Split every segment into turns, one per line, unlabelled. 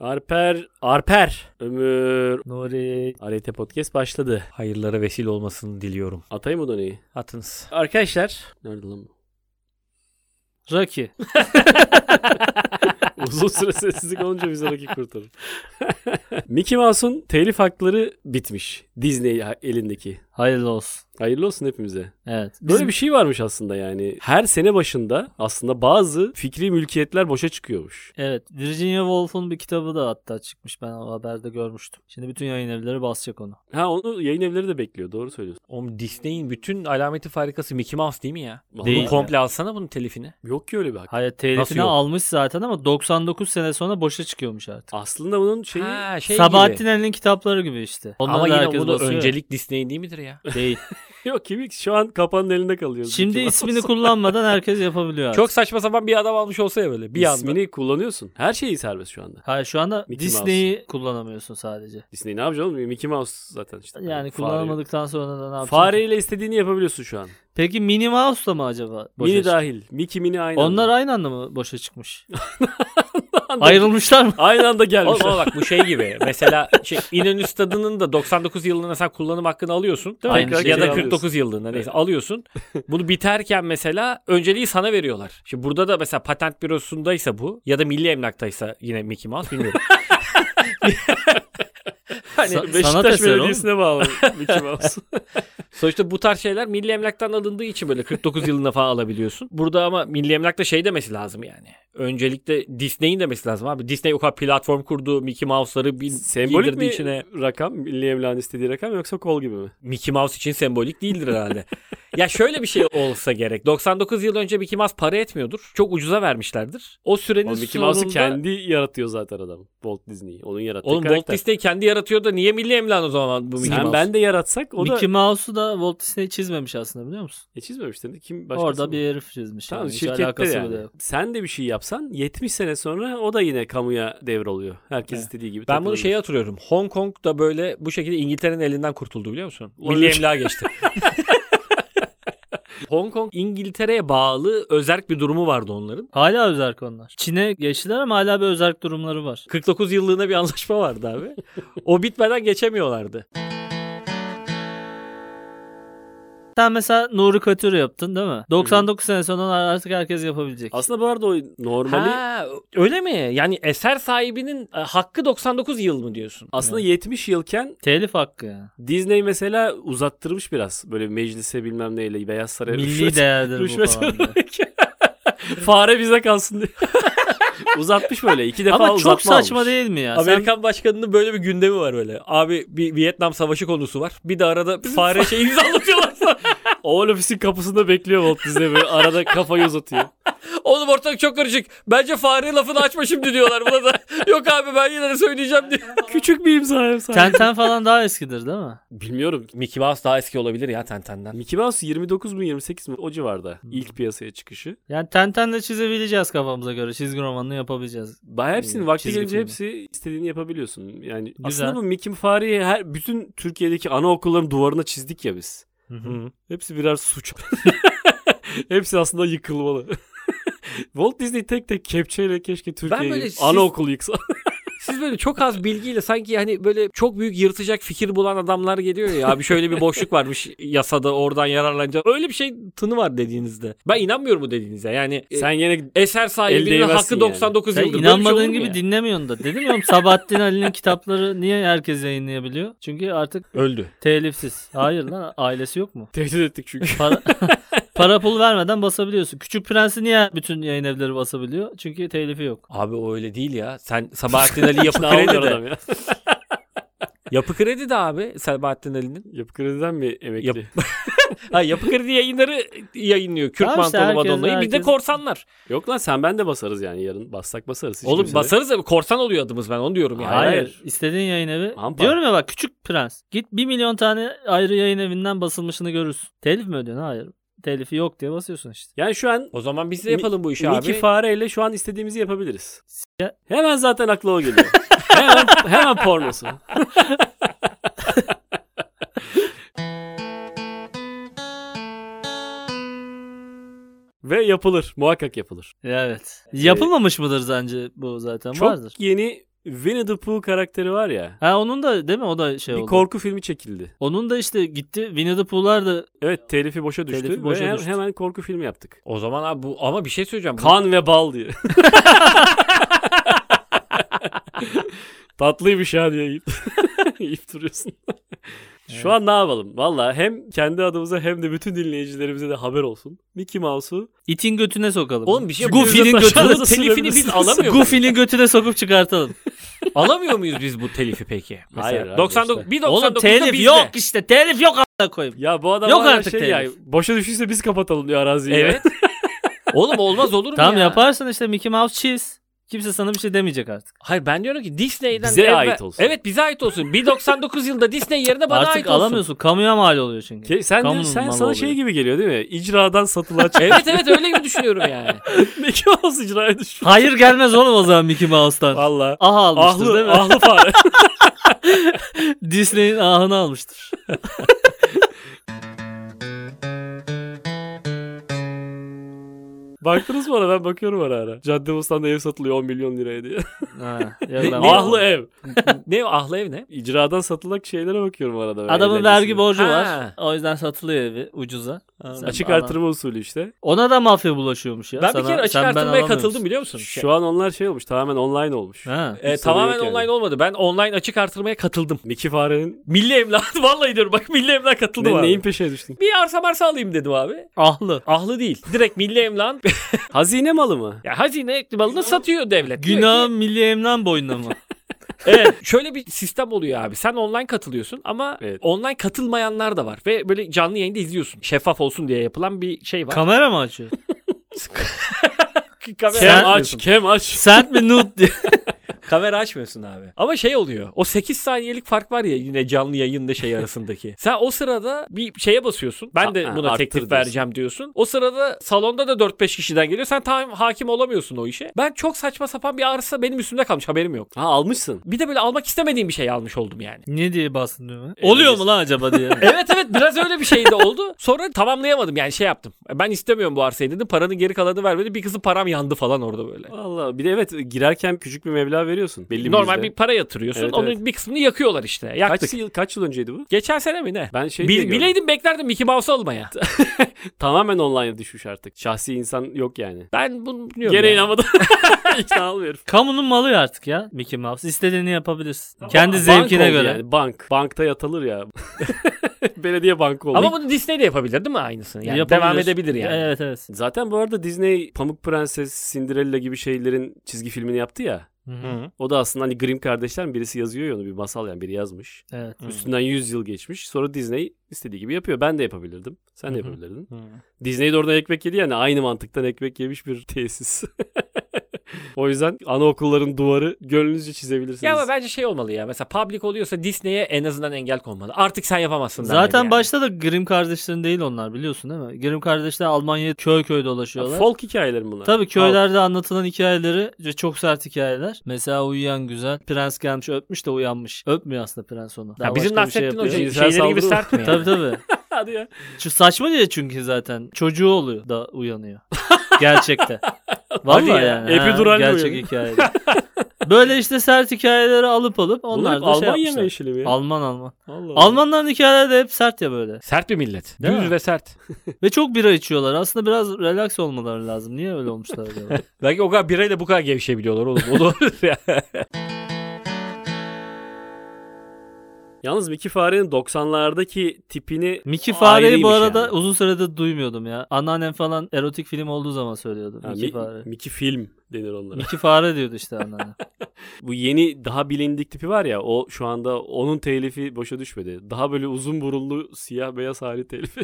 Arper, Arper, Ömür,
Nuri
Arete Podcast başladı.
hayırlara vesile olmasını diliyorum.
Atayım mı doneyi?
Atınız.
Arkadaşlar. Nerede lan bu?
Rocky.
Uzun süre sessizlik olunca bize rakip kurtarır. Mickey Mouse'un telif hakları bitmiş. Disney ha- elindeki.
Hayırlı olsun.
Hayırlı olsun hepimize.
Evet.
Böyle bir şey varmış aslında yani. Her sene başında aslında bazı fikri mülkiyetler boşa çıkıyormuş.
Evet. Virginia Woolf'un bir kitabı da hatta çıkmış. Ben o haberde görmüştüm. Şimdi bütün yayın evleri basacak onu.
Ha onu yayın evleri de bekliyor. Doğru söylüyorsun.
Oğlum Disney'in bütün alameti farikası Mickey Mouse değil mi ya?
Değil.
Bunu komple alsana bunun telifini.
Yok ki öyle bir hak.
Hayır
Nasıl
telifini
yok?
almış zaten ama 99 sene sonra boşa çıkıyormuş artık.
Aslında bunun şeyi
ha, şey
Sabahattin
gibi.
Ali'nin kitapları gibi işte. Onları
Ama
da
yine
herkes
bunu
basıyor.
öncelik Disney değil midir ya?
değil.
yok ki şu an kapanın elinde kalıyor.
Şimdi
Mickey Mouse.
ismini kullanmadan herkes yapabiliyor. Artık.
Çok saçma sapan bir adam almış olsa ya böyle bir anda.
İsmini kullanıyorsun. Her şeyi serbest şu anda.
Hayır şu anda
Mickey
Disney'i kullanamıyorsun sadece.
Disney ne yapacak oğlum? Mickey Mouse zaten işte.
Hani
Fare.
Yani kullanamadıktan sonra da ne yapacaksın?
Fareyle istediğini yapabiliyorsun şu an.
Peki Minnie Mouse'la mı acaba? boşa
mini
çıktı?
dahil. Mickey Mini aynı
Onlar
anda.
aynı anda mı boşa çıkmış? Ayrılmışlar mı?
aynı anda
Oğlum
gelmişler.
ama bak bu şey gibi. Mesela şey, İnönü Stadı'nın da 99 yılına sen kullanım hakkını alıyorsun. Değil mi?
Aynı
ya
şeyi
da
alıyorsun.
49 yılında neyse alıyorsun. Bunu biterken mesela önceliği sana veriyorlar. Şimdi burada da mesela patent bürosundaysa bu ya da milli emlaktaysa yine Mickey Mouse bilmiyorum. hani
Sa- sanat
Beşiktaş
eseri oğlum.
Belediyesi'ne bağlı Mickey Mouse.
Sonuçta bu tarz şeyler milli emlaktan alındığı için böyle 49 yılında falan alabiliyorsun. Burada ama milli emlakta şey demesi lazım yani. Öncelikle Disney'in demesi lazım abi. Disney o kadar platform kurdu. Mickey Mouse'ları bir
Sembolik
giydirdi
mi
içine.
rakam? Milli Emlak'ın istediği rakam yoksa kol gibi mi?
Mickey Mouse için sembolik değildir herhalde. ya şöyle bir şey olsa gerek. 99 yıl önce Mickey Mouse para etmiyordur. Çok ucuza vermişlerdir. O sürenin
O Mickey
sonunda...
Mouse'u kendi yaratıyor zaten adam. Walt Disney. Onun yarattığı
Oğlum Walt
karakter.
Disney kendi yaratıyor da niye milli emlak o zaman bu Mickey
Sen
Mouse?
ben de yaratsak o
Mickey
da
Mouse'u da Walt Disney çizmemiş aslında biliyor musun?
e, çizmemiş dedi. Kim başkası
Orada
mı?
bir herif çizmiş.
Tamam
yani. Hiç
şirkette
alakası
yani.
bile yok.
Sen de bir şey yapsan 70 sene sonra o da yine kamuya devroluyor. Herkes
Evet.
istediği gibi.
Ben bunu
takılabilir.
şeye hatırlıyorum. Hong Kong da böyle bu şekilde İngiltere'nin elinden kurtuldu biliyor musun?
Olabilir.
Milli emlağa geçti. Hong Kong İngiltere'ye bağlı özerk bir durumu vardı onların.
Hala özerk onlar. Çin'e geçtiler ama hala bir özerk durumları var.
49 yıllığına bir anlaşma vardı abi. o bitmeden geçemiyorlardı.
Sen mesela Nuri Katür yaptın değil mi? 99 sene sonra artık herkes yapabilecek.
Aslında bu arada o normali
Ha, öyle mi? Yani eser sahibinin e, hakkı 99 yıl mı diyorsun?
aslında 70 yılken
Telif hakkı yani.
Disney mesela uzattırmış biraz. Böyle meclise bilmem neyle Beyaz Saray'a
Milli
rüşvet-
değerdir bu
rüşvet
falan. diye.
vererek. Fare bize kalsın diye. Uzatmış böyle. iki defa
Ama
uzatma
çok saçma
almış.
değil mi ya? Sen-
Amerikan başkanının böyle bir gündemi var öyle. Abi bir Vietnam savaşı konusu var. Bir de arada fare şeyi imzalatıyorlar.
Oval ofisin kapısında bekliyor Walt Disney böyle. Arada kafayı uzatıyor.
Oğlum ortalık çok karışık. Bence fare lafını açma şimdi diyorlar buna da. Yok abi ben yine de söyleyeceğim diyor.
Küçük bir imza efsane.
Tenten falan daha eskidir değil mi?
Bilmiyorum.
Mickey Mouse daha eski olabilir ya Tenten'den.
Mickey Mouse 29 mu 28 mi o civarda ilk piyasaya çıkışı.
Yani Tenten'le çizebileceğiz kafamıza göre. Çizgi romanını yapabileceğiz.
Ba hepsinin
Ee,
Hmm,
vakti
çizgi
gelince
filmi.
hepsi istediğini yapabiliyorsun. Yani
Güzel.
aslında bu Mickey Fare'yi her bütün Türkiye'deki anaokulların duvarına çizdik ya biz. Hepsi birer suç. hepsi aslında yıkılmalı. Walt Disney tek tek kepçeyle keşke
böyle
Türkiye'yi
siz-
anaokulu yıksa.
Siz böyle çok az bilgiyle sanki hani böyle çok büyük yırtacak fikir bulan adamlar geliyor ya. Abi şöyle bir boşluk varmış yasada oradan yararlanacak. Öyle bir şey tını var dediğinizde. Ben inanmıyorum bu dediğinize. Yani e,
Sen yine
eser
El
sahibinin
değmezsin
hakkı
yani.
99
Sen
yıldır. Böyle bir şey
inanmadığın
olur mu
gibi
ya?
dinlemiyorsun da. Dedim ya oğlum, Sabahattin Ali'nin kitapları niye herkes yayınlayabiliyor? Çünkü artık
Öldü.
telifsiz. Hayır lan ailesi yok mu?
tehdit ettik çünkü.
Para, para pul vermeden basabiliyorsun. Küçük Prens'i niye bütün yayın evleri basabiliyor? Çünkü telifi yok.
Abi o öyle değil ya. Sen Sabahattin Ali yapı
Ne oluyor
kredi de.
adam ya?
Yapı kredi de abi Sabahattin Ali'nin.
Yapı krediden mi emekli?
Yap- Ha, yapı kredi yayınları yayınlıyor. Kürt
Tamam işte
mantolu
herkes-
Madonna'yı. Bir de
herkes-
korsanlar.
Yok lan sen ben de basarız yani yarın. Bassak basarız. Hiç
Oğlum
kimse de-
basarız da korsan oluyor adımız ben onu diyorum ya.
Hayır.
Hayır. İstediğin yayın evi.
Ampa.
Diyorum ya bak Küçük Prens. Git 1 milyon tane ayrı yayın evinden basılmışını görürsün. Telif mi ödüyorsun? Hayır. Telifi yok diye basıyorsun işte.
Yani şu an
O zaman biz de
Mi-
yapalım bu işi
Mickey
abi.
fareyle şu an istediğimizi yapabiliriz.
Ya-
Hemen zaten aklı o geliyor. hemen, hemen pornosu. Ve yapılır. Muhakkak yapılır.
Evet. Yapılmamış mıdır sence bu zaten?
Çok
Vardır.
yeni Winnie the Pooh karakteri var ya.
Ha onun da değil mi? O da şey
bir
oldu.
korku filmi çekildi.
onun da işte gitti. Winnie the Pooh'lar da
Evet telifi boşa düştü
Şey Telifi
ve
boşa
he-
düştü.
hemen korku filmi yaptık.
O zaman abi bu ama bir şey söyleyeceğim. Bu-
Kan ve bal diye. Tatlıymış ha diye yiyip, yiyip duruyorsun. Şu an ne yapalım? Valla hem kendi adımıza hem de bütün dinleyicilerimize de haber olsun. Mickey Mouse'u
itin götüne sokalım.
Oğlum bir şey
Goofy'nin
Gözden
götüne,
aşağıda
telifini biz
sürebilirsiniz.
alamıyor muyuz?
Goofy'nin götüne sokup çıkartalım.
alamıyor muyuz biz bu telifi peki?
Hayır
Mesela
abi
99
işte.
bir
Oğlum
99'da
telif
bizde.
yok işte. Telif yok a**a koyayım.
Ya bu adam
Yok
hala
artık
şey ya,
telif.
boşa düşürse biz kapatalım diyor araziyi.
Evet. Oğlum olmaz olur mu
Tamam
ya?
yaparsın işte Mickey Mouse çiz. Kimse sana bir şey demeyecek artık.
Hayır ben diyorum ki Disney'den
Bize
evvel-
ait olsun.
Evet bize ait olsun. 1099 yılında Disney yerine bana
artık
ait olsun.
alamıyorsun. Kamuya mal oluyor çünkü.
Ke- sen
Kamunun
sen
malı
sana
oluyor.
şey gibi geliyor değil mi? İcradan satılığa çıkan
Evet evet öyle gibi düşünüyorum yani.
Mickey Mouse icraya düşüyor.
Hayır gelmez oğlum o zaman Mickey Mouse'tan.
Valla.
Aha almıştır değil
Ah, Ahlı, ah.
mi?
ahlı fare.
Disney'in ahını almıştır.
Baktınız mı ona? Ben bakıyorum ara ara. Cadde Bostan'da ev satılıyor 10 milyon liraya diye.
Ha, ya
Ne-
ben-
ne-
ahlı ev.
ne o ahlı ev ne?
İcradan satılacak şeylere bakıyorum arada. ben,
Adamın
eğlencesine.
vergi borcu
Ha.
var. O yüzden satılıyor evi ucuza. Sen
Açık
bana-
artırma usulü işte.
Ona da mafya bulaşıyormuş ya.
Ben bir
Sana-
kere açık
sen ben
artırmaya
alamıyormuş.
katıldım biliyor musun?
Şu an onlar şey olmuş tamamen online olmuş.
Ha.
Ee,
Hiç
tamamen
sorun yok yani.
online olmadı. Ben online açık artırmaya katıldım.
Mickey farenin
Milli emlak vallahi diyorum bak milli emlak katıldım
ne,
abi.
neyin peşine düştün?
Bir arsa marsa alayım dedim abi.
Ahlı.
Ahlı değil. Direkt milli emlak
Hazine malı mı?
ya hazine malını satıyor devlet. Diyor
Günah
ki-
milli emlak boynuna mı?
Evet. Şöyle bir sistem oluyor abi. Sen online katılıyorsun ama
Evet.
online katılmayanlar da var ve böyle canlı yayında izliyorsun. Şeffaf olsun diye yapılan bir şey var.
Kamera mı açıyor?
kamera
Kem
açmıyorsun.
aç, kem aç.
Sent mi nude diye.
Kamera açmıyorsun abi. Ama şey oluyor. O 8 saniyelik fark var ya yine canlı yayında şey arasındaki. Sen o sırada bir şeye basıyorsun. Ben de
Ha, ha,
buna
arttır
teklif
diyorsun.
vereceğim diyorsun. O sırada salonda da 4-5 kişiden geliyor. Sen tam hakim olamıyorsun o işe. Ben çok saçma sapan bir arsa benim üstümde kalmış haberim yok.
Ha almışsın.
Bir de böyle almak istemediğim bir şey almış oldum yani.
Ne diye bastın düğme? Oluyor mu lan acaba diye.
evet evet biraz öyle bir şey de oldu. Sonra tamamlayamadım yani şey yaptım. Ben istemiyorum bu arsayı dedim. Paranın geri kalanını vermedi. Bir kızın param yandı falan orada böyle.
Valla bir de evet girerken küçük bir meblağ veriyorsun. Belli bir
Normal
yüzde.
bir para yatırıyorsun.
Evet,
onun
evet.
bir kısmını yakıyorlar işte. Yaktık.
Kaç yıl, kaç yıl önceydi bu?
Geçen sene mi ne?
Ben şey diye
Bil,
gördüm.
bileydim beklerdim Mickey Mouse olmaya.
Tamamen online düşmüş artık. Şahsi insan yok yani.
Ben bunu bilmiyorum.
Gene
yani.
inanmadım. İkna almıyorum.
Kamunun malı artık ya Mickey Mouse. İstediğini yapabilirsin. Kendi
Bank
zevkine
oldu
göre.
Yani bank. Bankta yatılır ya. Belediye bankı oldu.
Ama bunu Disney de yapabilir değil mi aynısını? Yani
Yapabilir.
devam edebilir yani.
Evet evet.
Zaten bu arada Disney Pamuk Prenses, Cinderella gibi şeylerin çizgi filmini yaptı ya.
Hı.
O da aslında hani Grimm kardeşler mi? birisi yazıyor ya onu bir masal yani biri yazmış.
Evet.
Üstünden 100 yıl geçmiş. Sonra Disney istediği gibi yapıyor. Ben de yapabilirdim. Sen de
Hı hı.
yapabilirdin. Disney de oradan ekmek yedi yani aynı mantıktan ekmek yemiş bir tesis. o yüzden anaokulların duvarı gönlünüzce çizebilirsiniz.
Ya ama bence şey olmalı ya. Mesela public oluyorsa Disney'e en azından engel konmalı. Artık sen yapamazsın.
Zaten
denmeli yani.
başta da Grimm kardeşlerin değil onlar biliyorsun değil mi? Grimm kardeşler Almanya'ya köy köy dolaşıyorlar.
Folk hikayeleri bunlar.
Tabii
Folk.
köylerde anlatılan hikayeleri ve çok sert hikayeler. Mesela uyuyan güzel. Prens gelmiş öpmüş de uyanmış. Öpmüyor aslında prens onu. Daha
Ha, bizim
başka bir şey
Nasrettin
yapıyor.
Hoca
Cinsel
şeyleri gibi
saldırı
sert mi? yani?
Tabii tabii.
Hadi ya.
Şu saçma diye çünkü zaten çocuğu oluyor da uyanıyor. Gerçekte. Vallahi
ya.
yani.
Epi
ha,
Duran
Gerçek
uyanıyor.
hikaye. Böyle işte sert hikayeleri alıp alıp onlar
Bunlar
da şey
Alman yeme
yapmışlar.
işini mi ya?
Alman Alman.
Allah Allah.
Almanların hikayeleri de hep sert ya böyle.
Sert bir millet.
Değil
Düz
mi?
ve sert.
Ve çok bira içiyorlar. Aslında biraz relax olmaları lazım. Niye öyle olmuşlar acaba?
Belki o kadar birayla bu kadar gevşeyebiliyorlar oğlum. O doğru ya.
Yalnız Mickey Fare'nin 90'lardaki tipini
Mickey Fare'yi bu
Ayrıymış
arada
yani.
uzun süredir duymuyordum ya. Anneannem falan erotik film olduğu zaman söylüyordu.
Ha,
Mickey
Mi-
Fare.
Mickey film denir onlara.
Mickey Fare diyordu işte anneannem.
Bu yeni daha bilindik tipi var ya o şu anda onun telifi boşa düşmedi. Daha böyle uzun burunlu siyah beyaz hali telifi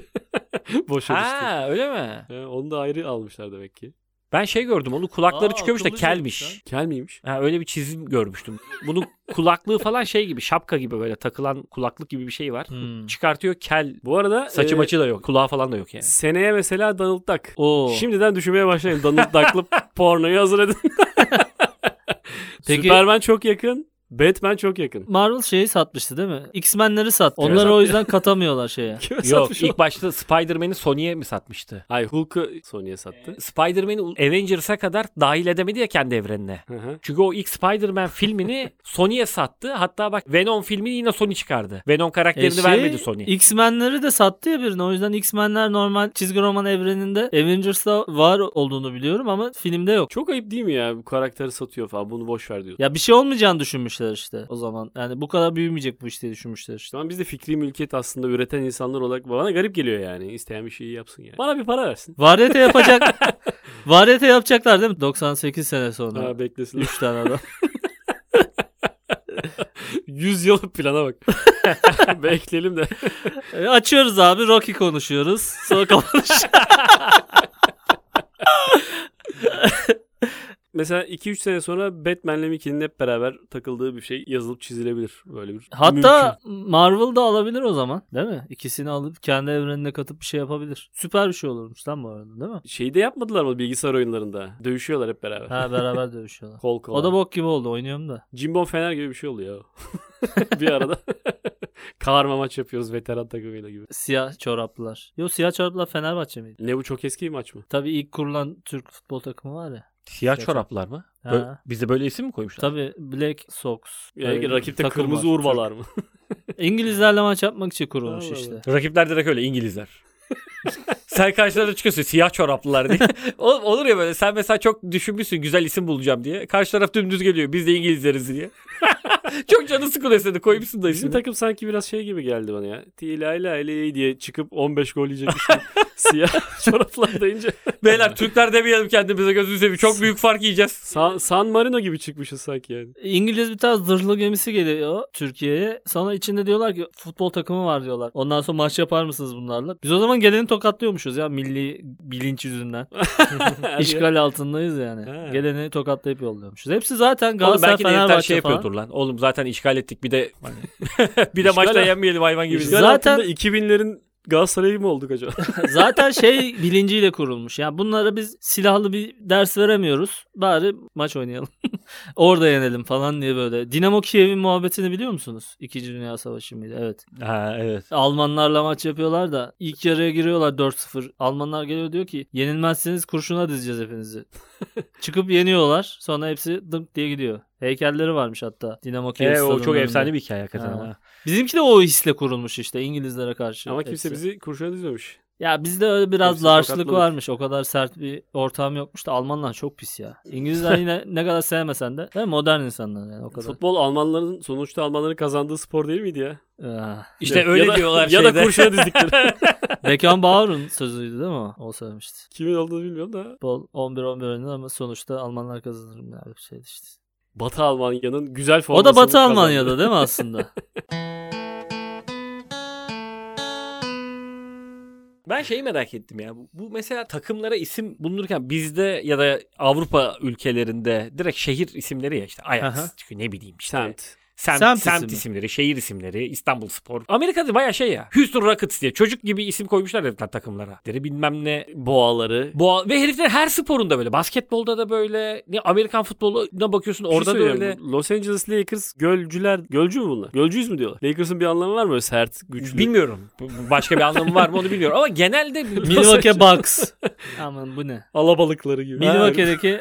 boşa düştü.
ha öyle mi?
He, onu da ayrı almışlar demek ki.
Ben şey gördüm. Onun kulakları
Aa,
çıkıyormuş da
akıllıca
kelmiş.
yapmış
Kel miymiş?
Ha, öyle bir çizim görmüştüm. Bunun kulaklığı falan şey gibi şapka gibi böyle takılan kulaklık gibi bir şey var.
Hmm.
Çıkartıyor kel.
Bu arada
Saçı
e,
maçı da yok. Kulağı falan da yok yani.
seneye mesela Donald Duck.
Oo.
Şimdiden düşünmeye başlayın. Donald Duck'lı pornoyu hazır edin.
Peki-
Superman çok yakın. Batman çok yakın.
Marvel şeyi satmıştı değil mi? X-Men'leri sattı.
Evet.
Onları o yüzden katamıyorlar şeye.
Kime satmış
Yok
o?
ilk başta Spider-Man'i Sony'e mi satmıştı?
Hayır Hulk'ı Sony'ye sattı.
Spider-Man'i Avengers'a kadar dahil edemedi ya kendi evrenine.
Hı hı.
Çünkü o ilk Spider-Man filmini Sony'e sattı. Hatta bak Venom filmini yine Sony çıkardı. Venom karakterini
E şey,
vermedi Sony.
X-Men'leri de sattı ya birine. O yüzden X-Men'ler normal çizgi roman evreninde Avengers'ta var olduğunu biliyorum ama filmde yok.
Çok ayıp değil mi ya? Bu karakteri satıyor falan. Bunu boş ver diyor.
Ya bir şey olmayacağını düşünmüşler işte o zaman. Yani bu kadar büyümeyecek bu iş diye düşünmüşler işte.
Tamam biz de fikri mülkiyet aslında üreten insanlar olarak bana garip geliyor yani. İsteyen bir şeyi yapsın yani. Bana bir para versin.
Varyete yapacak. Varyete yapacaklar değil mi? 98 sene sonra.
Ha, beklesin.
3 tane adam.
100 yıl plana bak. Bekleyelim de.
E, açıyoruz abi Rocky konuşuyoruz. Sonra kapanış.
Mesela 2-3 sene sonra Batman'le Mickey'nin hep beraber takıldığı bir şey yazılıp çizilebilir. Böyle bir
Hatta Marvel da alabilir o zaman değil mi? İkisini alıp kendi evrenine katıp bir şey yapabilir. Süper bir şey olurmuş lan bu arada değil mi?
Şeyi de yapmadılar mı bilgisayar oyunlarında? Dövüşüyorlar hep beraber.
Ha beraber dövüşüyorlar.
Kol kola.
O da bok gibi oldu oynuyorum da.
Jimbo Fener gibi bir şey oluyor. bir arada. Karma maç yapıyoruz veteran takımıyla gibi.
Siyah çoraplılar. Yo siyah çoraplılar Fenerbahçe miydi?
Ne bu çok eski bir maç mı?
Tabii ilk kurulan Türk futbol takımı var ya.
Siyah
Şey-
çoraplar mı?
Ha.
Bö- Bizde böyle isim mi koymuşlar?
Tabii Black Sox.
Yani
Öyle bir
rakipte
takım
kırmızı
var.
urbalar mı?
İngilizlerle maç yapmak için kurulmuş
Allah
işte.
Rakipler direkt öyle İngilizler. sen karşılarına çıkıyorsun siyah çoraplılar diye. Ol- olur ya böyle sen mesela çok düşünmüşsün güzel isim bulacağım diye. Karşı taraf dümdüz geliyor biz de İngilizleriz diye. çok canı sıkılıyor seni koymuşsun da
Bizim
ismini.
takım sanki biraz şey gibi geldi bana ya. Tila la la diye çıkıp 15 gol yiyecek bir şey. Siyah çoraplar deyince.
Beyler Türkler demeyelim kendimize gözünü seveyim. Çok büyük fark yiyeceğiz.
San, San Marino gibi çıkmışız sanki yani.
İngiliz bir tane zırhlı gemisi geliyor Türkiye'ye. Sonra içinde diyorlar ki futbol takımı var diyorlar. Ondan sonra maç yapar mısınız bunlarla? Biz o zaman geleni tokatlıyormuşuz ya milli bilinç yüzünden. İşgal altındayız yani.
He.
Geleni tokatlayıp yolluyormuşuz. Hepsi zaten
Oğlum
Galatasaray
belki de herifler
Fenerbahçe
şey
falan.
yapıyordur lan. Oğlum zaten işgal ettik bir de hani bir de
İşgal-
maçta yenmeyelim hayvan gibi.
İşgal
Zaten-
Zaten 2000'lerin Galatasaray'ı mı olduk acaba?
Zaten şey bilinciyle kurulmuş. Yani bunlara biz silahlı bir ders veremiyoruz. Bari maç oynayalım. Orada yenelim falan diye böyle. Dinamo Kiev'in muhabbetini biliyor musunuz? İkinci Dünya Savaşı mıydı? Evet.
Ha
E,
evet.
Almanlarla maç yapıyorlar da ilk yarıya giriyorlar 4-0. Almanlar geliyor diyor ki yenilmezseniz kurşuna dizeceğiz hepinizi. Çıkıp yeniyorlar. Sonra hepsi dımk diye gidiyor. Heykelleri varmış hatta Dinamo Kiev
E, o
stadının
çok
önünde.
efsane bir hikaye hakikaten
Ha.
ama.
Bizimki de o hisle kurulmuş işte İngilizlere karşı.
Ama kimse
hepsi.
bizi kurşuna dizmemiş.
Ya bizde öyle biraz
Hepsi
larçlık
tokatladık.
varmış. O kadar sert bir ortam yokmuş da Almanlar çok pis ya. İngilizler yine ne kadar sevmesen de değil mi? modern insanlar yani o kadar.
Futbol Almanların sonuçta Almanların kazandığı spor değil miydi ya?
Ah.
İşte
Ya
öyle
da-
diyorlar
ya
şeyde.
da kurşuna dizdikleri.
Beckenbauer'un sözüydü değil mi? o? O söylemişti.
Kimin olduğunu bilmiyorum da.
Futbol 11-11 oynadı ama sonuçta Almanlar kazanır mı ya? Bir şey işte.
Batı Almanya'nın güzel
O
formasını
da Batı
kazandı.
Almanya'da değil mi aslında?
Ben şeyi merak ettim ya. Bu- Bu mesela takımlara isim bulunurken bizde ya da Avrupa ülkelerinde direkt şehir isimleri ya işte Ajax
Aha.
çünkü ne bileyim işte.
Semt.
Semt,
Semt
semt
ismi.
isimleri, şehir isimleri, İstanbul Spor. Amerika'da baya şey ya. Houston Rockets diye çocuk gibi isim koymuşlar herifler takımlara. Deri bilmem ne.
Boğaları.
Boğa ve herifler her sporunda böyle. Basketbolda da böyle. Ne Amerikan futboluna bakıyorsun
Bir şey
orada da
söyleyeceğim.
öyle.
Los Angeles Lakers gölcüler. Gölcü mü bunlar? Gölcüyüz mü diyorlar? Lakers'ın bir anlamı var mı böyle sert, güçlü?
Bilmiyorum. Bu- bu Başka bir anlamı var mı onu bilmiyorum. Ama genelde
Milwaukee Bucks. Aman bu ne?
Alabalıkları gibi.
Milwaukee'deki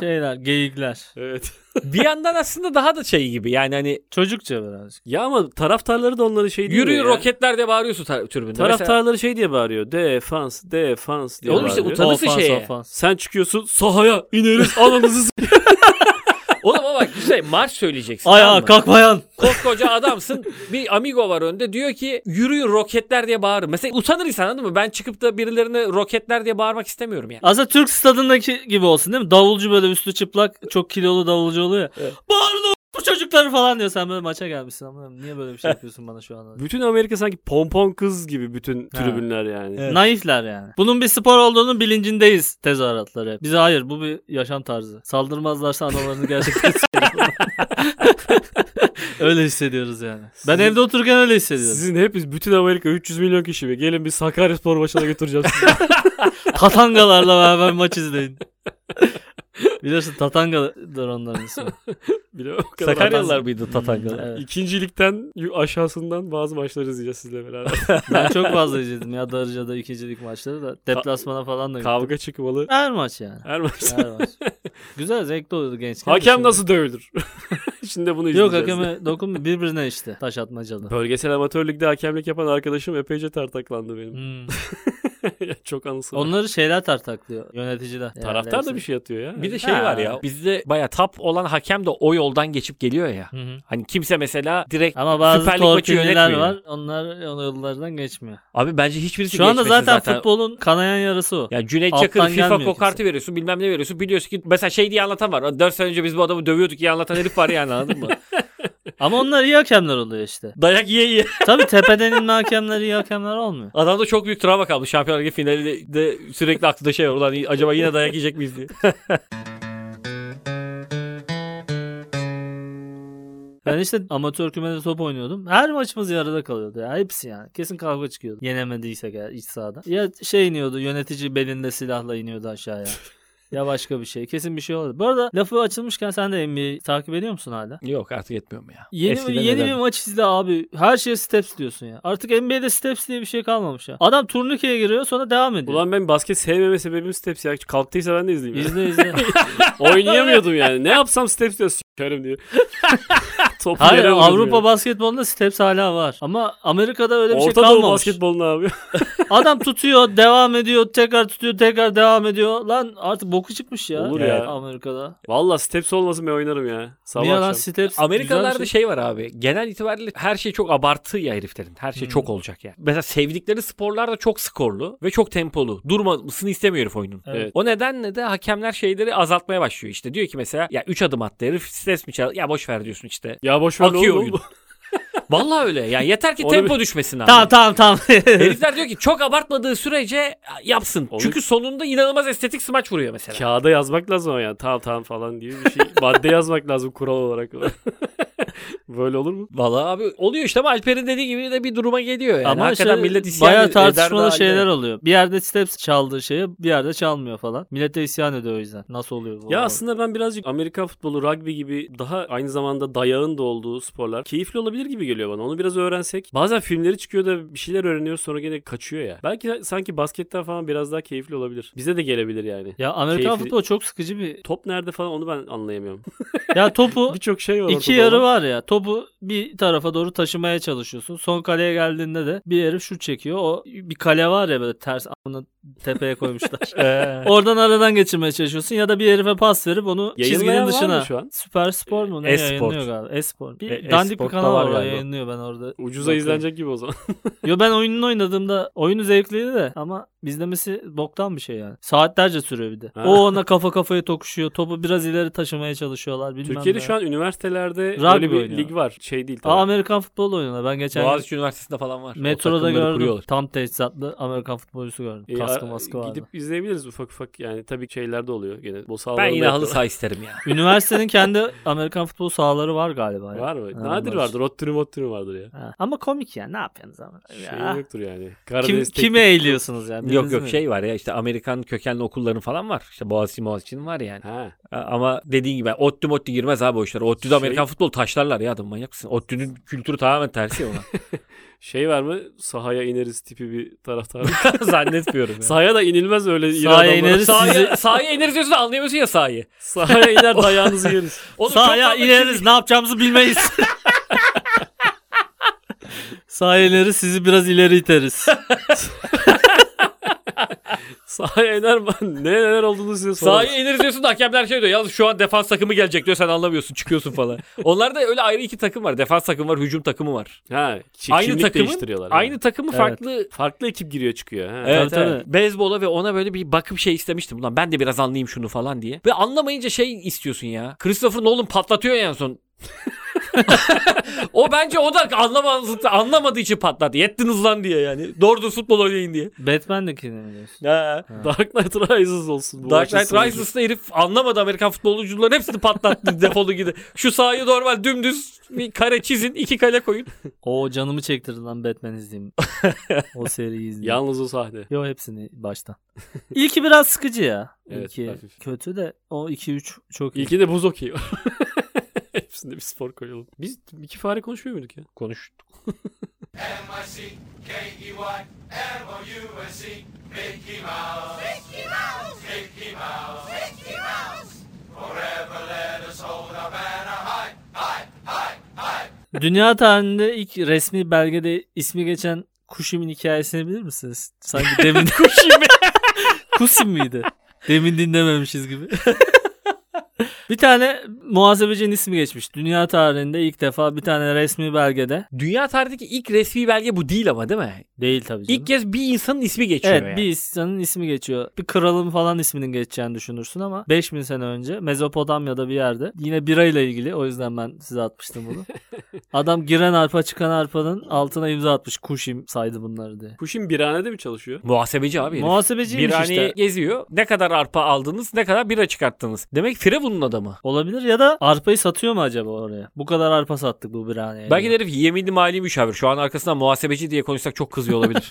şeyler, geyikler.
Evet.
bir yandan aslında daha da şey gibi. Yani hani
Çocukça birazcık.
Ya ama taraftarları da onların şey değil
yürü
mi ya?
roketler diye bağırıyorsun tar- tribünde. Mesela-
Taraftarları şey diye bağırıyor. Defans, defans diye
Oğlum işte
bağırıyor.
utan- Tanısı
Offense,
şeye.
offense.
Sen çıkıyorsun sahaya ineriz ananızı s-
Oğlum ama bak güzel marş söyleyeceksin. tamam
Ayağa
mı?
kalkmayan.
Koskoca adamsın. Bir amigo var önde. Diyor ki yürüyün roketler diye bağırın. Mesela utanır insan anladın mı? Ben çıkıp da birilerine roketler diye bağırmak istemiyorum yani.
Aslında Türk stadındaki gibi olsun değil mi? Davulcu böyle üstü çıplak çok kilolu davulcu oluyor ya.
Evet.
Bağırın o- bu çocukları falan diyor. Sen böyle maça gelmişsin ama niye böyle bir şey yapıyorsun bana şu an?
Bütün Amerika sanki pompon kız gibi bütün
Ha.
tribünler yani.
Naifler yani. Bunun bir spor olduğunun bilincindeyiz tezahüratları. hep. Bize hayır bu bir yaşam tarzı. Saldırmazlarsa analarını gerçekten seviyorlar. öyle hissediyoruz yani. Ben
Sizin-
evde otururken öyle hissediyorum.
Sizin hepiniz bütün Amerika 300 milyon kişi mi? Gelin bir Sakaryaspor maçına götüreceğim sizi.
Tatangalarla beraber maç izleyin. Biliyorsun Tatanga'dır onların ismi. Hmm,
Bile o kadar
Sakaryalılar
anlamsız.
mıydı Tatangalar?
Evet.
İkincilikten yu- aşağısından bazı maçları izleyeceğiz sizle beraber.
Ben çok fazla izledim ya Darıca'da ikincilik maçları da. Deplasmana falan da gittim.
Kavga çıkmalı.
Her maç yani.
Her maç.
Her maç. Güzel zevkli oluyordu gençken. de
Hakem
şimdi.
nasıl dövülür? Şimdi bunu izleyeceğiz.
Yok hakeme dokunma birbirine işte taş atmacalı.
Bölgesel amatör ligde hakemlik yapan arkadaşım epeyce tartaklandı benim.
Hmm.
Çok anısın.
Onları şeyler tartaklıyor yöneticiler. Yani
Taraftar da
hepsi.
bir şey atıyor ya.
Bir de şey
Ha.
var ya bizde baya tap olan hakem de o yoldan geçip geliyor ya.
şey- Hı hı.
Hani kimse mesela direkt
Ama bazı
Süper Lig maçı
torpilliler
yönetmiyor.
var. Onlar o yollardan geçmiyor.
abi bence hiçbirisi
Şu anda
geçmesin
zaten, futbolun kanayan yarası o.
Ya Cüneyt
Alttan
Çakır FIFA
gelmiyor
kokartı veriyorsun bilmem ne veriyorsun. Biliyorsun ki mesela şey diye anlatan var. 4 sene önce biz bu adamı dövüyorduk diye anlatan herif var yani anladın mı?
Ama onlar iyi hakemler oluyor işte.
Dayak yiye yiye.
Tabii tepeden inme hakemler iyi hakemler olmuyor.
Adamda çok büyük travma kalmış. Şampiyonlar Ligi finalinde de sürekli aklında şey var. Ulan acaba yine dayak yiyecek miyiz diye.
Ben işte amatör kümede top oynuyordum. Her maçımız yarıda kalıyordu ya. Hepsi yani. Kesin kavga çıkıyordu. Yenemediysek eğer iç sahada. Ya şey iniyordu yönetici belinde silahla iniyordu aşağıya. ya başka bir şey. Kesin bir şey oldu. Bu arada lafı açılmışken sen de NBA takip ediyor musun hala?
Yok artık etmiyorum ya.
Yeni,
Eskiden
yeni bir
ederdim.
maç izle abi. Her şeye steps diyorsun ya. Artık NBA'de steps diye bir şey kalmamış ya. Adam turnikeye giriyor sonra devam ediyor.
Ulan ben basket sevmeme sebebim Steps ya. Kalktıysa ben de izleyeyim. ya.
İzle izle.
Oynayamıyordum yani. Ne yapsam Steps diyor. Sikerim diyor. Topu
Hayır
yere vuruyordum
Avrupa
yani.
basketbolunda steps hala var. Ama Amerika'da öyle bir
Orta
şey
Doğu
kalmamış.
basketbolunu abi.
Adam tutuyor, devam ediyor, tekrar tutuyor, tekrar devam ediyor. Lan artık boku çıkmış ya.
Olur ya.
Amerika'da.
Valla Steps olmasın ben oynarım ya. Sabah
Niye lan
akşam.
steps?
Amerikalılarda
güzel bir
şey. var abi. Genel itibariyle her şey çok abartı ya heriflerin. Her şey
Hmm.
çok olacak yani. Mesela sevdikleri sporlar da çok skorlu ve çok tempolu. Durmasını istemiyor herif oyunun.
Evet.
Evet.
O nedenle de hakemler şeyleri azaltmaya başlıyor. İşte diyor ki mesela ya 3 adım attı herif stres mi çaldı? Ya boş ver diyorsun işte.
Ya boş ver ne
Akıyor
oldu
oyun.
oğlum?
Vallahi öyle. Yani yeter ki
Onu
tempo düşmesin abi.
Tamam tamam tamam.
Herifler diyor ki çok abartmadığı sürece yapsın.
Onu-
Çünkü sonunda inanılmaz estetik smaç vuruyor mesela.
Kağıda yazmak lazım ama yani tamam tamam falan diye bir şey. Madde yazmak lazım kural olarak. Böyle olur mu?
Vallahi abi oluyor işte ama Alper'in dediği gibi de bir duruma geliyor yani.
Ama
Hakikaten
işte
millet isyan
bayağı
eder de
tartışmalı
halde.
şeyler oluyor. Bir yerde steps çaldığı şeyi bir yerde çalmıyor falan. Millet de isyan ediyor o yüzden. Nasıl oluyor bu?
Ya
Olmaz.
aslında ben birazcık Amerikan futbolu, rugby gibi daha aynı zamanda dayağın da olduğu sporlar keyifli olabilir gibi geliyor bana. Onu biraz öğrensek. Bazen filmleri çıkıyor da bir şeyler öğreniyor sonra gene kaçıyor ya. Belki sanki basketten falan biraz daha keyifli olabilir. Bize de gelebilir yani.
Ya Amerikan
Keyifli-
futbolu çok sıkıcı bir...
Top nerede falan onu ben anlayamıyorum.
Ya topu
Birçok şey var
İki
ortada
yarı
ama
var ya topu bir tarafa doğru taşımaya çalışıyorsun. Son kaleye geldiğinde de bir herif şut çekiyor. O bir kale var ya böyle ters amına tepeye koymuşlar.
Ee,
Oradan aradan geçirmeye çalışıyorsun ya da bir herife pas verip onu
Yayınlayan var
çizginin
mı
dışına.
şu an?
Süper Spor mu ne
E-spor.
yayınlıyor galiba? Espor. Bir
E-
dandik bir
e-spor'da
kanal
var
var, orada
galiba.
yayınlıyor ben orada.
Ucuza
Bakıyorum.
izlenecek gibi o zaman.
Yo ben oyununu oynadığımda oyunu zevkliydi de ama izlemesi boktan bir şey yani. Saatlerce sürüyor bir de.
Ha.
O ona kafa kafaya tokuşuyor. Topu biraz ileri taşımaya çalışıyorlar bilmem
Türkiye'de
ne.
şu an üniversitelerde
Rugby
böyle bir
oynuyor.
lig var. Şey değil
Aa,
tabii.
Amerikan futbolu oynuyorlar. Ben geçen gün-
Boğaziçi Üniversitesi'nde falan var. O
Metroda
takımları
gördüm.
kuruyorlar.
Tam teçhizatlı Amerikan futbolcusu gördüm.
Ee,
Kaskı
a-
maskı vardı.
Gidip izleyebiliriz ufak ufak yani tabii şeyler de oluyor gene. Bu
Ben
sahalarında
yine halı
yapıyorlar.
saha isterim ya.
Üniversitenin kendi Amerikan futbol sahaları var galiba. ya.
Var mı?
Ha,
Nadir
var.
vardır. Ottürü mottürü vardır ya.
Ha. Ama komik ya. Ne yapıyorsunuz ama?
Şey
Ya.
yoktur yani.
Kim,
Karadeniz teknik-
kime eğiliyorsunuz yani?
yok
Bildiğiniz
yok
mi?
şey var ya işte Amerikan kökenli okulların falan var. İşte Boğaziçi Boğaziçi'nin var yani.
Ha.
A- Ama dediğin gibi Ottu Mottu girmez abi o işlere. Ottu'da
Şey-
Amerikan futbol taşlarlar ya adam manyak mısın? Ottu'nun kültürü tamamen tersi ya ona.
Şey var mı? Sahaya ineriz tipi bir taraftar.
Zannetmiyorum ya.
sahaya da inilmez öyle. iri
Sahaya
adamlar.
ineriz.
Sahaya, sahaya ineriz diyorsun da anlayamıyorsun ya sahayı.
Sahaya iner dayağınızı yeriz.
Oğlum çok
Sahaya
fazla
ineriz ne yapacağımızı bilmeyiz. Sahaya ineriz sizi biraz ileri iteriz.
Sahaya iner ne neler olduğunu size sorarım.
Sahaya ineriz diyorsun da hakemler şey diyor. Yalnız şu an defans takımı gelecek diyor sen anlamıyorsun çıkıyorsun falan. Onlarda öyle ayrı iki takım var. Defans takımı var hücum takımı var.
Ha, ki-
Aynı
kimlik
takımın,
değiştiriyorlar. yani.
aynı takımı
Evet.
farklı
farklı ekip giriyor çıkıyor. Ha.
Evet,
Tabii,
evet. Beyzbola ve ona böyle bir bakıp şey istemiştim. Ulan ben de biraz anlayayım şunu falan diye. Ve anlamayınca şey istiyorsun ya. Christopher Nolan patlatıyor ya en son. o bence o da anlamazlıkta anlamadığı için patladı. Yettiniz lan diye yani. Doğru düz futbol oynayın diye.
Batman'dekini mi diyorsun?
Dark Knight Rises olsun. bu
Dark
maçın
Knight
sonucu.
Rises'ta herif anlamadı Amerikan futbolcuların hepsini patlattı defolu gidi. Şu sahayı normal dümdüz bir kare çizin iki kale koyun.
O canımı çektirdi lan Batman izleyeyim. o seriyi izleyeyim.
Yalnız o sahne.
Yo hepsini baştan. İlki biraz sıkıcı ya.
Evet,
İki
hafif.
kötü de o 2-3 çok iyi.
İlki de buz okeyi. Hepsinde bir spor koyalım. Biz iki fare konuşmuyor muyduk ya?
Konuştuk.
E M-I-C-K-E-Y-M-O-U-S-E E. Mickey Mouse Mickey Mouse Mickey Mouse Mickey Mouse Forever let us hold our banner high high high high
Dünya tarihinde ilk resmi belgede ismi geçen Kuşim'in hikayesini bilir misiniz? Sanki demin Kuşim Kusim miydi? Demin dinlememişiz gibi. bir tane muhasebecinin ismi geçmiş. Dünya tarihinde ilk defa bir tane resmi belgede.
Dünya tarihindeki ilk resmi belge bu değil ama değil mi?
Değil tabii canım.
İlk kez bir insanın ismi geçiyor
Evet
yani.
bir insanın ismi geçiyor. Bir kralın falan isminin geçeceğini düşünürsün ama 5000 sene önce Mezopotamya'da bir yerde yine birayla ilgili o yüzden ben size atmıştım bunu. Adam giren arpa çıkan arpanın altına imza atmış Kuşim saydı bunları diye.
Kuşin birhanede mi çalışıyor?
Muhasebeci abi. herif.
Muhasebeciymiş
Birhaneyi
işte.
hani geziyor. Ne kadar arpa aldınız, ne kadar bira çıkarttınız. Demek Firavun'un adamı.
Olabilir ya da arpayı satıyor mu acaba oraya? Bu kadar arpa sattık bu birhaneye.
Belki de herif yeminli mali müşavir. Şu an arkasından muhasebeci diye konuşsak çok kızıyor olabilir.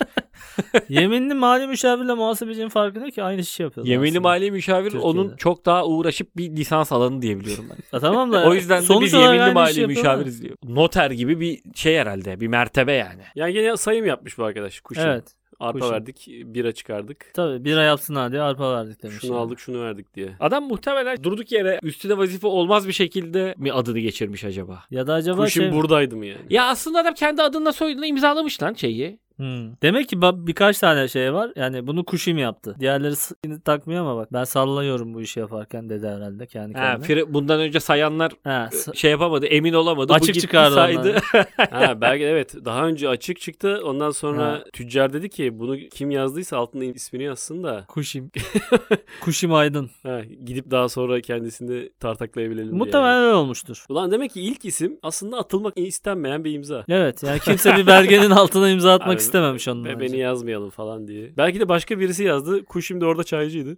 Yeminli mali müşavirle muhasebecinin farkı ne ki? Aynı işi yapıyorlar
yeminli
aslında.
mali müşavir
Türkiye'de.
onun çok daha uğraşıp bir lisans alanı diyebiliyorum ben.
Ya tamam da
o yüzden de
sonuç
biz
olarak aynı
yeminli
şey işi
mali
yapıyorlar.
müşaviriz diyor. Noter gibi bir şey herhalde. Bir mertebe yani.
Yani gene sayım yapmış bu arkadaş. Kuşin.
Evet.
Arpa
kuşin.
verdik, bira çıkardık.
Tabii bira yapsınlar diye arpa verdik demiş.
Şunu
yani.
aldık, şunu verdik diye.
Adam muhtemelen durduk yere üstüne vazife olmaz bir şekilde mi adını geçirmiş acaba?
Ya da acaba
Kuşin
şey...
buradaydım yani.
Ya aslında adam kendi adına soyadına imzalamış lan şeyi.
Hmm. Demek ki ba- birkaç tane şey var. Yani bunu Kuşim yaptı. Diğerleri s**ini takmıyor ama bak ben sallıyorum bu işi yaparken dedi herhalde kendi
Ha,
kendine.
Fira- bundan önce sayanlar
Ha, s-
şey yapamadı, emin olamadı. Bu
açık
gitti
çıkardı
saydı.
onları.
ha belki evet daha önce açık çıktı. Ondan sonra
Ha.
tüccar dedi ki bunu kim yazdıysa altında ismini yazsın da
Kuşim. Kuşim Aydın.
ha, gidip daha sonra kendisini tartaklayabilelim diye.
Muhtemelen öyle olmuştur.
Ulan demek ki ilk isim aslında atılmak istenmeyen bir imza.
Evet yani kimse bir belgenin altına imza atmak
Abi,
istememiş onun.
Ve
önce.
beni yazmayalım falan diye. Belki de başka birisi yazdı. Kuş şimdi orada çaycıydı.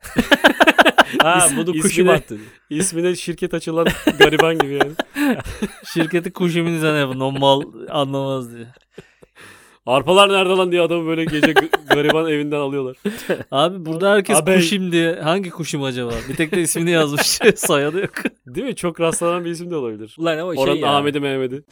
Ha
İs-
bunu
ismini-
kuşum attı.
İsmine şirket açılan gariban gibi yani.
Şirketi Kuşim'in üzerine yapın. O mal anlamaz diye.
Arpalar nerede lan diye adamı böyle gece g- gariban evinden alıyorlar.
Abi burada herkes
Abi-
Kuşim diye. Hangi Kuşim acaba? Bir tek de ismini yazmış. Soyadı yok.
Değil mi? Çok rastlanan bir isim de olabilir.
Ulan ama
Oranın
şey ya.
Ahmet'i Mehmet'i.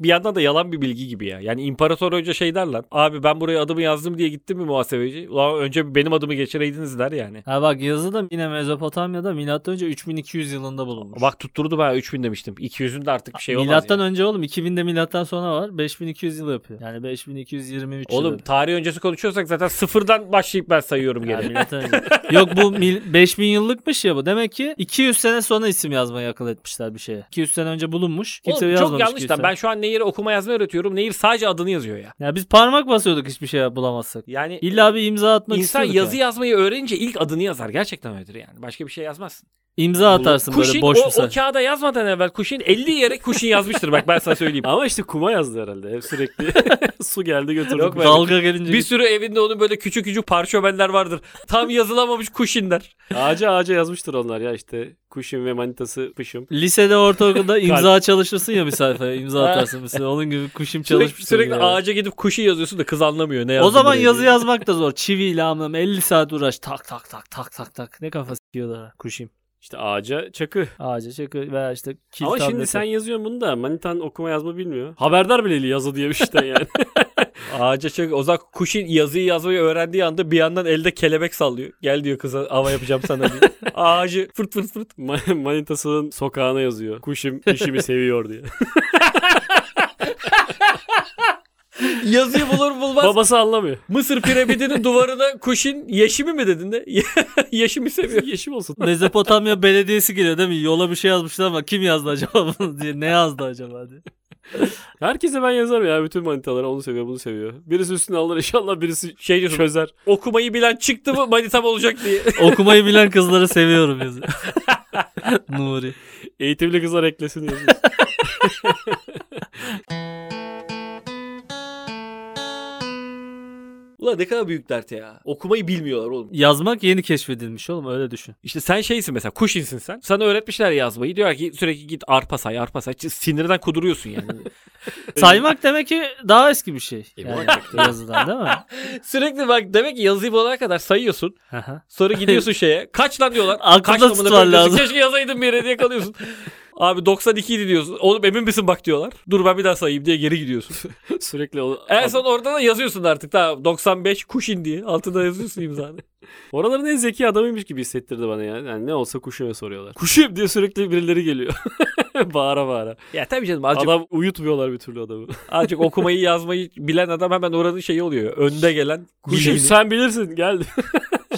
Bir yandan da yalan bir bilgi gibi ya. Yani imparator önce şey der lan. Abi ben buraya adımı yazdım diye gittim mi muhasebeci? Ulan önce bir benim adımı geçireydiniz der yani.
Ha bak yazı da yine Mezopotamya'da milattan önce 3200 yılında bulunmuş.
Bak tutturdu ben 3000 demiştim. 200'ün de artık bir şey olmaz.
milattan
yani.
önce oğlum 2000'de milattan sonra var. 5200 yıl yapıyor. Yani 5223 yıl
Oğlum
yapıyor.
tarih öncesi konuşuyorsak zaten sıfırdan başlayıp ben sayıyorum
Yani
geri.
milattan önce. Yok bu mil- 5000 yıllıkmış ya bu. Demek ki 200 sene sonra isim yazmayı akıl etmişler bir şeye. 200 sene önce bulunmuş. Kimse
Oğlum, çok
yazmamış
yanlış
200
lan.
sene.
Ben şu an Nehir'e okuma yazma öğretiyorum. Nehir sadece adını yazıyor ya.
Ya biz parmak basıyorduk hiçbir şey bulamazsak.
Yani
İlla bir imza atmak
insan
istiyorduk
yazı
yani.
yazmayı öğrenince ilk adını yazar. Gerçekten öyledir yani. Başka bir şey yazmazsın.
İmza atarsın
Kuşin
böyle boş bir
o, o
sayfa.
kağıda yazmadan evvel Kuşin 50 yere Kuşin yazmıştır. Bak ben sana söyleyeyim.
Ama işte kuma yazdı herhalde. Hep sürekli su geldi götürdü.
Yok be.
Dalga gelince
Bir sürü evinde onun böyle küçük küçük parşömenler vardır. Tam yazılamamış kuşinler.
Ağaca ağaca yazmıştır onlar ya işte. Kuşum ve manitası pışım.
Lisede ortaokulda imza çalışırsın ya bir sayfaya imza atarsın mesela onun gibi kuşum
Sürekli,
çalışmışsın.
sürekli
yani.
ağaca gidip kuşu yazıyorsun da kız anlamıyor ne yazdın
O zaman
buraya
yazı
diye.
yazmak da zor. Çiviyle amlam 50 saat uğraş tak tak tak tak tak tak. Ne kafa sikiyorlar ha, kuşum.
İşte ağaca çakı.
Ağaca çakı veya işte kil
Ama şimdi
tableti.
sen yazıyorsun bunu da manitan okuma yazma bilmiyor. Haberdar bile değil yazı diye bir şeyden yani.
Ağaca çek. O zaman kuşin yazıyı yazmayı öğrendiği anda bir yandan elde kelebek sallıyor. Gel diyor kıza hava yapacağım sana diye. Ağacı fırt fırt fırt.
Ma- Manitasının sokağına yazıyor. Kuşum işimi seviyor diye.
Yazıyı bulur bulmaz.
Babası anlamıyor.
Mısır piramidinin duvarına kuşin yeşimi mi dedin de? yeşimi seviyor.
Yeşim olsun.
Mezopotamya Belediyesi geliyor değil mi? Yola bir şey yazmışlar ama kim yazdı acaba bunu diye. Ne yazdı acaba diye.
Herkese ben yazarım ya. Bütün manitalara onu seviyor bunu seviyor. Birisi üstüne alır inşallah birisi
Şey diyorsun,
çözer.
okumayı bilen çıktı mı manitam olacak diye.
Okumayı bilen kızları seviyorum yazı. Nuri.
Eğitimli kızlar eklesin yazıyorsun.
Ulan ne kadar büyük dert ya. Okumayı bilmiyorlar oğlum.
Yazmak yeni keşfedilmiş oğlum öyle düşün.
İşte sen şeysin mesela kuşinsin sen. Sana öğretmişler yazmayı. Diyor ki sürekli git arpa say arpa say. Sinirden kuduruyorsun yani.
Saymak demek ki daha eski bir şey.
E,
Yani
muhakkak.
yazıdan değil mi?
sürekli bak demek ki yazıyı bulana kadar sayıyorsun. Sonra gidiyorsun şeye. Kaç lan diyorlar.
Aklında
Kaç lan bunu
tutan
koyuyorsun?
lazım.
Keşke yazaydım bir yere diye kalıyorsun. Abi 92 idi diyorsun. Oğlum emin misin bak diyorlar. Dur ben bir daha sayayım diye geri gidiyorsun.
Sürekli o...
en son orada da yazıyorsun artık. Tamam 95 kuşin diye. Altında yazıyorsun imzanı.
Oraların en zeki adamıymış gibi hissettirdi bana ya. Yani ne olsa kuşuya soruyorlar. Kuşum diye sürekli birileri geliyor. bağıra bağıra.
ya tabii canım azıcık,
Adam uyutmuyorlar bir türlü adamı.
azıcık okumayı yazmayı bilen adam hemen oranın şeyi oluyor. Önde gelen
Kuşum
bileni.
sen bilirsin gel.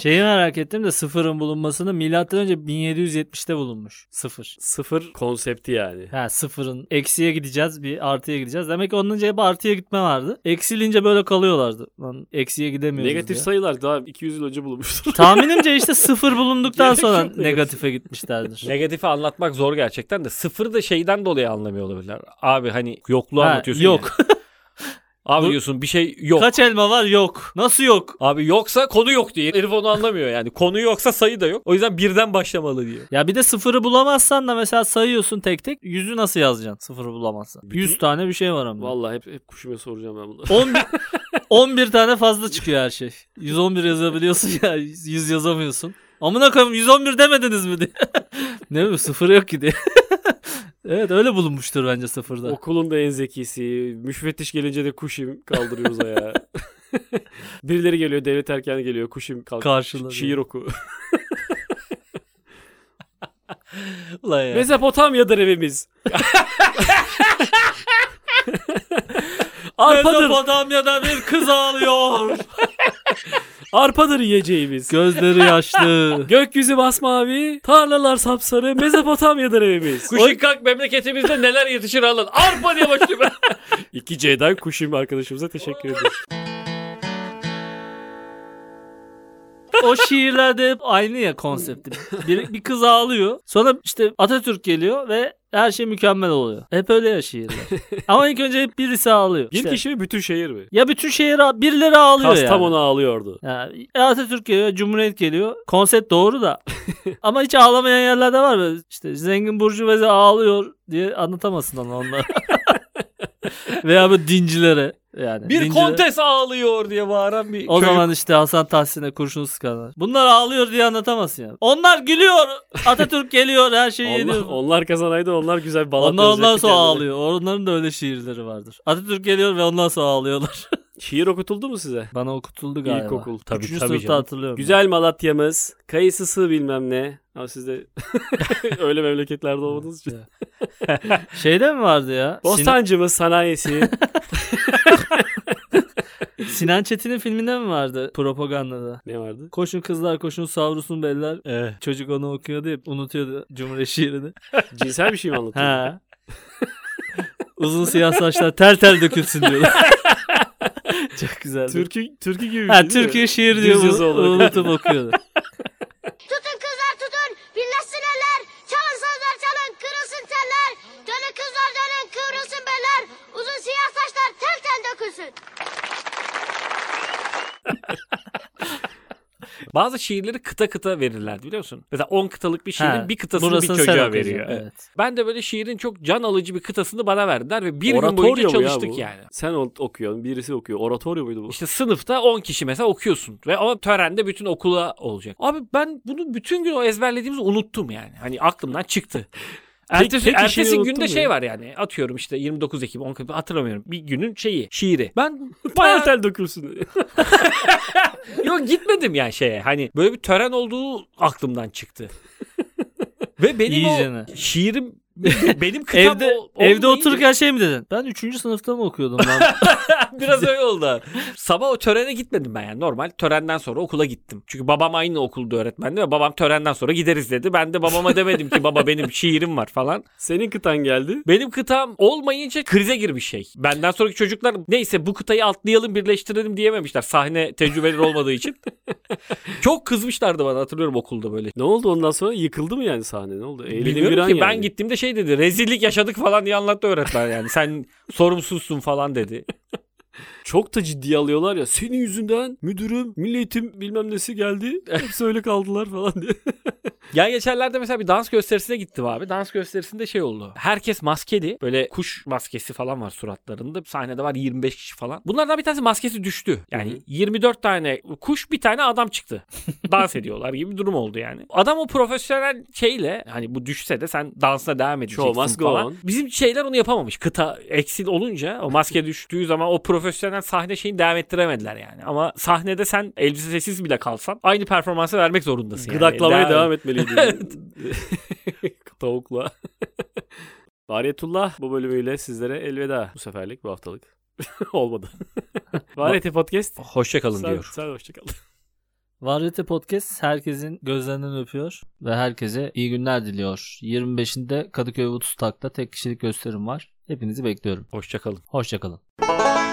Şeyi merak ettim de sıfırın bulunmasını milattan önce 1770'te bulunmuş. Sıfır.
Sıfır konsepti yani.
Ha sıfırın eksiye gideceğiz bir artıya gideceğiz. Demek ki onun önce hep artıya gitme vardı. Eksilince böyle kalıyorlardı. Lan eksiye gidemiyoruz
Negatif
diye.
sayılar daha 200 yıl önce bulunmuştur.
Tahminimce işte sıfır bulunduktan
Gerek
sonra
yok diyorsun.
negatife gitmişlerdir.
Negatifi anlatmak zor gerçekten de sıfır da şeyden dolayı anlamıyor olabilirler. Abi hani yokluğu
Ha,
anlatıyorsun ya.
yok.
Abi diyorsun bir şey yok.
Kaç elma var? Yok. Nasıl yok?
Abi yoksa konu yok diye. Herif onu anlamıyor yani. Konu yoksa sayı da yok. O yüzden birden başlamalı diyor.
Ya bir de sıfırı bulamazsan da mesela sayıyorsun tek tek. Yüzü nasıl yazacaksın sıfırı bulamazsan?
Bütün-
100 tane bir şey var ama.
Vallahi hep, hep kuşuma soracağım ben bunu.
11, 11 tane fazla çıkıyor her şey. 111 yazabiliyorsun ya 100 yazamıyorsun. Amına koyayım 111 demediniz mi diye. ne bileyim sıfır yok ki diye. evet öyle bulunmuştur bence sıfırda.
Okulun da en zekisi. Müfettiş gelince de kuşim kaldırıyoruz ayağa. Birileri geliyor devlet erken geliyor kuşim kalk.
Karşılanıyor.
Şiir oku.
Ulan ya.
Mezopotamya'dır evimiz. Arpadır,
Mezopotamya'da bir kız ağlıyor.
arpadır yiyeceğimiz.
Gözleri yaşlı.
Gökyüzü masmavi, tarlalar sapsarı, Mezopotamya'dır evimiz.
Kuşun kalk memleketimizde neler yetişir alın. Arpa diye başlıyor. ben.
İki C'den kuşum arkadaşımıza teşekkür ediyoruz.
o şiirlerde hep aynı ya konsepti. Bir, bir kız ağlıyor. Sonra işte Atatürk geliyor ve her şey mükemmel oluyor. Hep öyle ya şiirler. Ama ilk önce hep birisi ağlıyor.
Bir
İşte-
kişi mi bütün şehir mi?
Ya bütün şehir ağ- birileri ağlıyor ya.
Kastamonu ağlıyordu.
Ya, Atatürk geliyor, Cumhuriyet geliyor. Konsept doğru da. Ama hiç ağlamayan yerler de var. Böyle işte zengin burjuvazi ağlıyor diye anlatamazsın onu onlara. Veya böyle dincilere. Yani
bir
dincilere-
kontes ağlıyor diye bağıran bir
O
çocuk.
zaman işte Hasan Tahsin'e kurşun sıkanlar. Bunlar ağlıyor diye anlatamazsın yani. Onlar gülüyor. Atatürk geliyor her şeyi
Onlar,
yeniyor.
onlar kazanaydı onlar güzel bir balat
Onlar ondan
yazacaktı
sonra
kendileri.
ağlıyor. Onların da öyle şiirleri vardır. Atatürk geliyor ve ondan sonra ağlıyorlar.
Şiir okutuldu mu size?
Bana okutuldu galiba.
İlkokul. Tabii,
Üçüncü
tabii
sınıfta
canım.
hatırlıyorum.
Güzel Malatya'mız, kayısısı bilmem ne. Ama siz de öyle memleketlerde olmadığınız için.
Şeyde mi vardı ya? Sinan,
Bostancımız, sanayisi.
Sinan Çetin'in filminde mi vardı propagandada?
ne vardı?
Koşun kızlar koşun savrusun beller.
Evet.
Çocuk onu okuyordu hep unutuyordu Cumhuriyet şiirini.
Cinsel bir şey mi anlatıyor?
Ha. Uzun siyah saçlar tel tel dökülsün diyorlar. Çok güzel.
Türkü, türkü gibi bir
ha
şey değil mi?
Türkiye şiir
Düz
diyor
yazı
bunu
olarak.
unutup okuyordu.
Tutun kızlar tutun, birleşsin eller. Çalın sazlar çalın, kırılsın teller. Dönün kızlar dönün, kıvrılsın beller. Uzun siyah saçlar tel tel dökülsün.
Bazı şiirleri kıta kıta verirlerdi biliyor musun? Mesela 10 kıtalık bir şiirin
Ha,
bir kıtasını bir
burasını sen
çocuğa
okuyacaksın,
veriyor.
evet.
Evet. Ben de böyle şiirin çok can alıcı bir kıtasını bana verdiler ve bir gün
Oratorio
boyunca
mu ya
çalıştık
bu?
yani.
Sen o- okuyorsun, birisi okuyor. Oratoryo muydu bu?
İşte sınıfta 10 kişi mesela okuyorsun ve ama törende bütün okula olacak. Abi ben bunu bütün gün o ezberlediğimizi unuttum yani. Hani aklımdan çıktı. Ertesi,
tek işini
ertesi
unuttun
günde
mu
şey
ya?
var yani atıyorum işte 29 Ekim 10 Ekim hatırlamıyorum bir günün şeyi şiiri. Ben
Tel
bayağı
tel dökülsün.
yok gitmedim yani şeye hani böyle bir tören olduğu aklımdan çıktı. Ve benim
İyicene.
o şiirim benim kıtam
Evde
ol-
evde
olmayınca-
otururken şey mi dedin? Ben 3. sınıfta mı okuyordum lan?
Biraz öyle oldu. Sabah o törene gitmedim ben yani. Normal törenden sonra okula gittim. Çünkü babam aynı okulda öğretmendi ve babam törenden sonra gideriz dedi. Ben de babama demedim ki baba benim şiirim var falan.
Senin kıtan geldi.
Benim kıtam olmayınca krize girmiş şey. Benden sonraki çocuklar neyse bu kıtayı atlayalım birleştirelim diyememişler. Sahne tecrübeleri olmadığı için. Çok kızmışlardı bana hatırlıyorum okulda böyle.
Ne oldu ondan sonra? Yıkıldı mı yani sahne? Ne oldu? Eylül
Bilmiyorum
Viran
ki ben
yani.
gittiğimde şey dedi rezillik yaşadık falan diye anlattı öğretmen yani sen sorumsuzsun falan dedi.
Çok da ciddiye alıyorlar ya. Senin yüzünden müdürüm, milli eğitim bilmem nesi geldi. Hepsi öyle kaldılar falan diye.
Ya geçenlerde mesela bir dans gösterisine gittim abi. Dans gösterisinde şey oldu. Herkes maskeli. Böyle kuş maskesi falan var suratlarında. Sahnede var 25 kişi falan. Bunlardan bir tanesi maskesi düştü. Yani
Hı hı.
24 tane kuş bir tane adam çıktı. dans ediyorlar gibi bir durum oldu yani. Adam o profesyonel şeyle hani bu düşse de sen dansına devam edeceksin
Show must go
falan.
on.
Bizim şeyler onu yapamamış. Kıta eksil olunca o maske düştüğü zaman o profesyonel sahne şeyini devam ettiremediler yani. Ama sahnede sen elbisesiz bile kalsan aynı performansı vermek zorundasın. yani.
Gıdaklamaya
Devam-
devam etmeliydi. Tavukla. Variyetullah bu bölümüyle sizlere elveda bu seferlik bu haftalık. Olmadı. Variyete Podcast.
Hoşça kalın
Sen,
diyor.
sen hoşçakal.
Variyete Podcast herkesin gözlerinden öpüyor ve herkese iyi günler diliyor. 25'inde Kadıköy Woodstock'ta tek kişilik gösterim var. Hepinizi bekliyorum.
Hoşça kalın.
Hoşçakalın.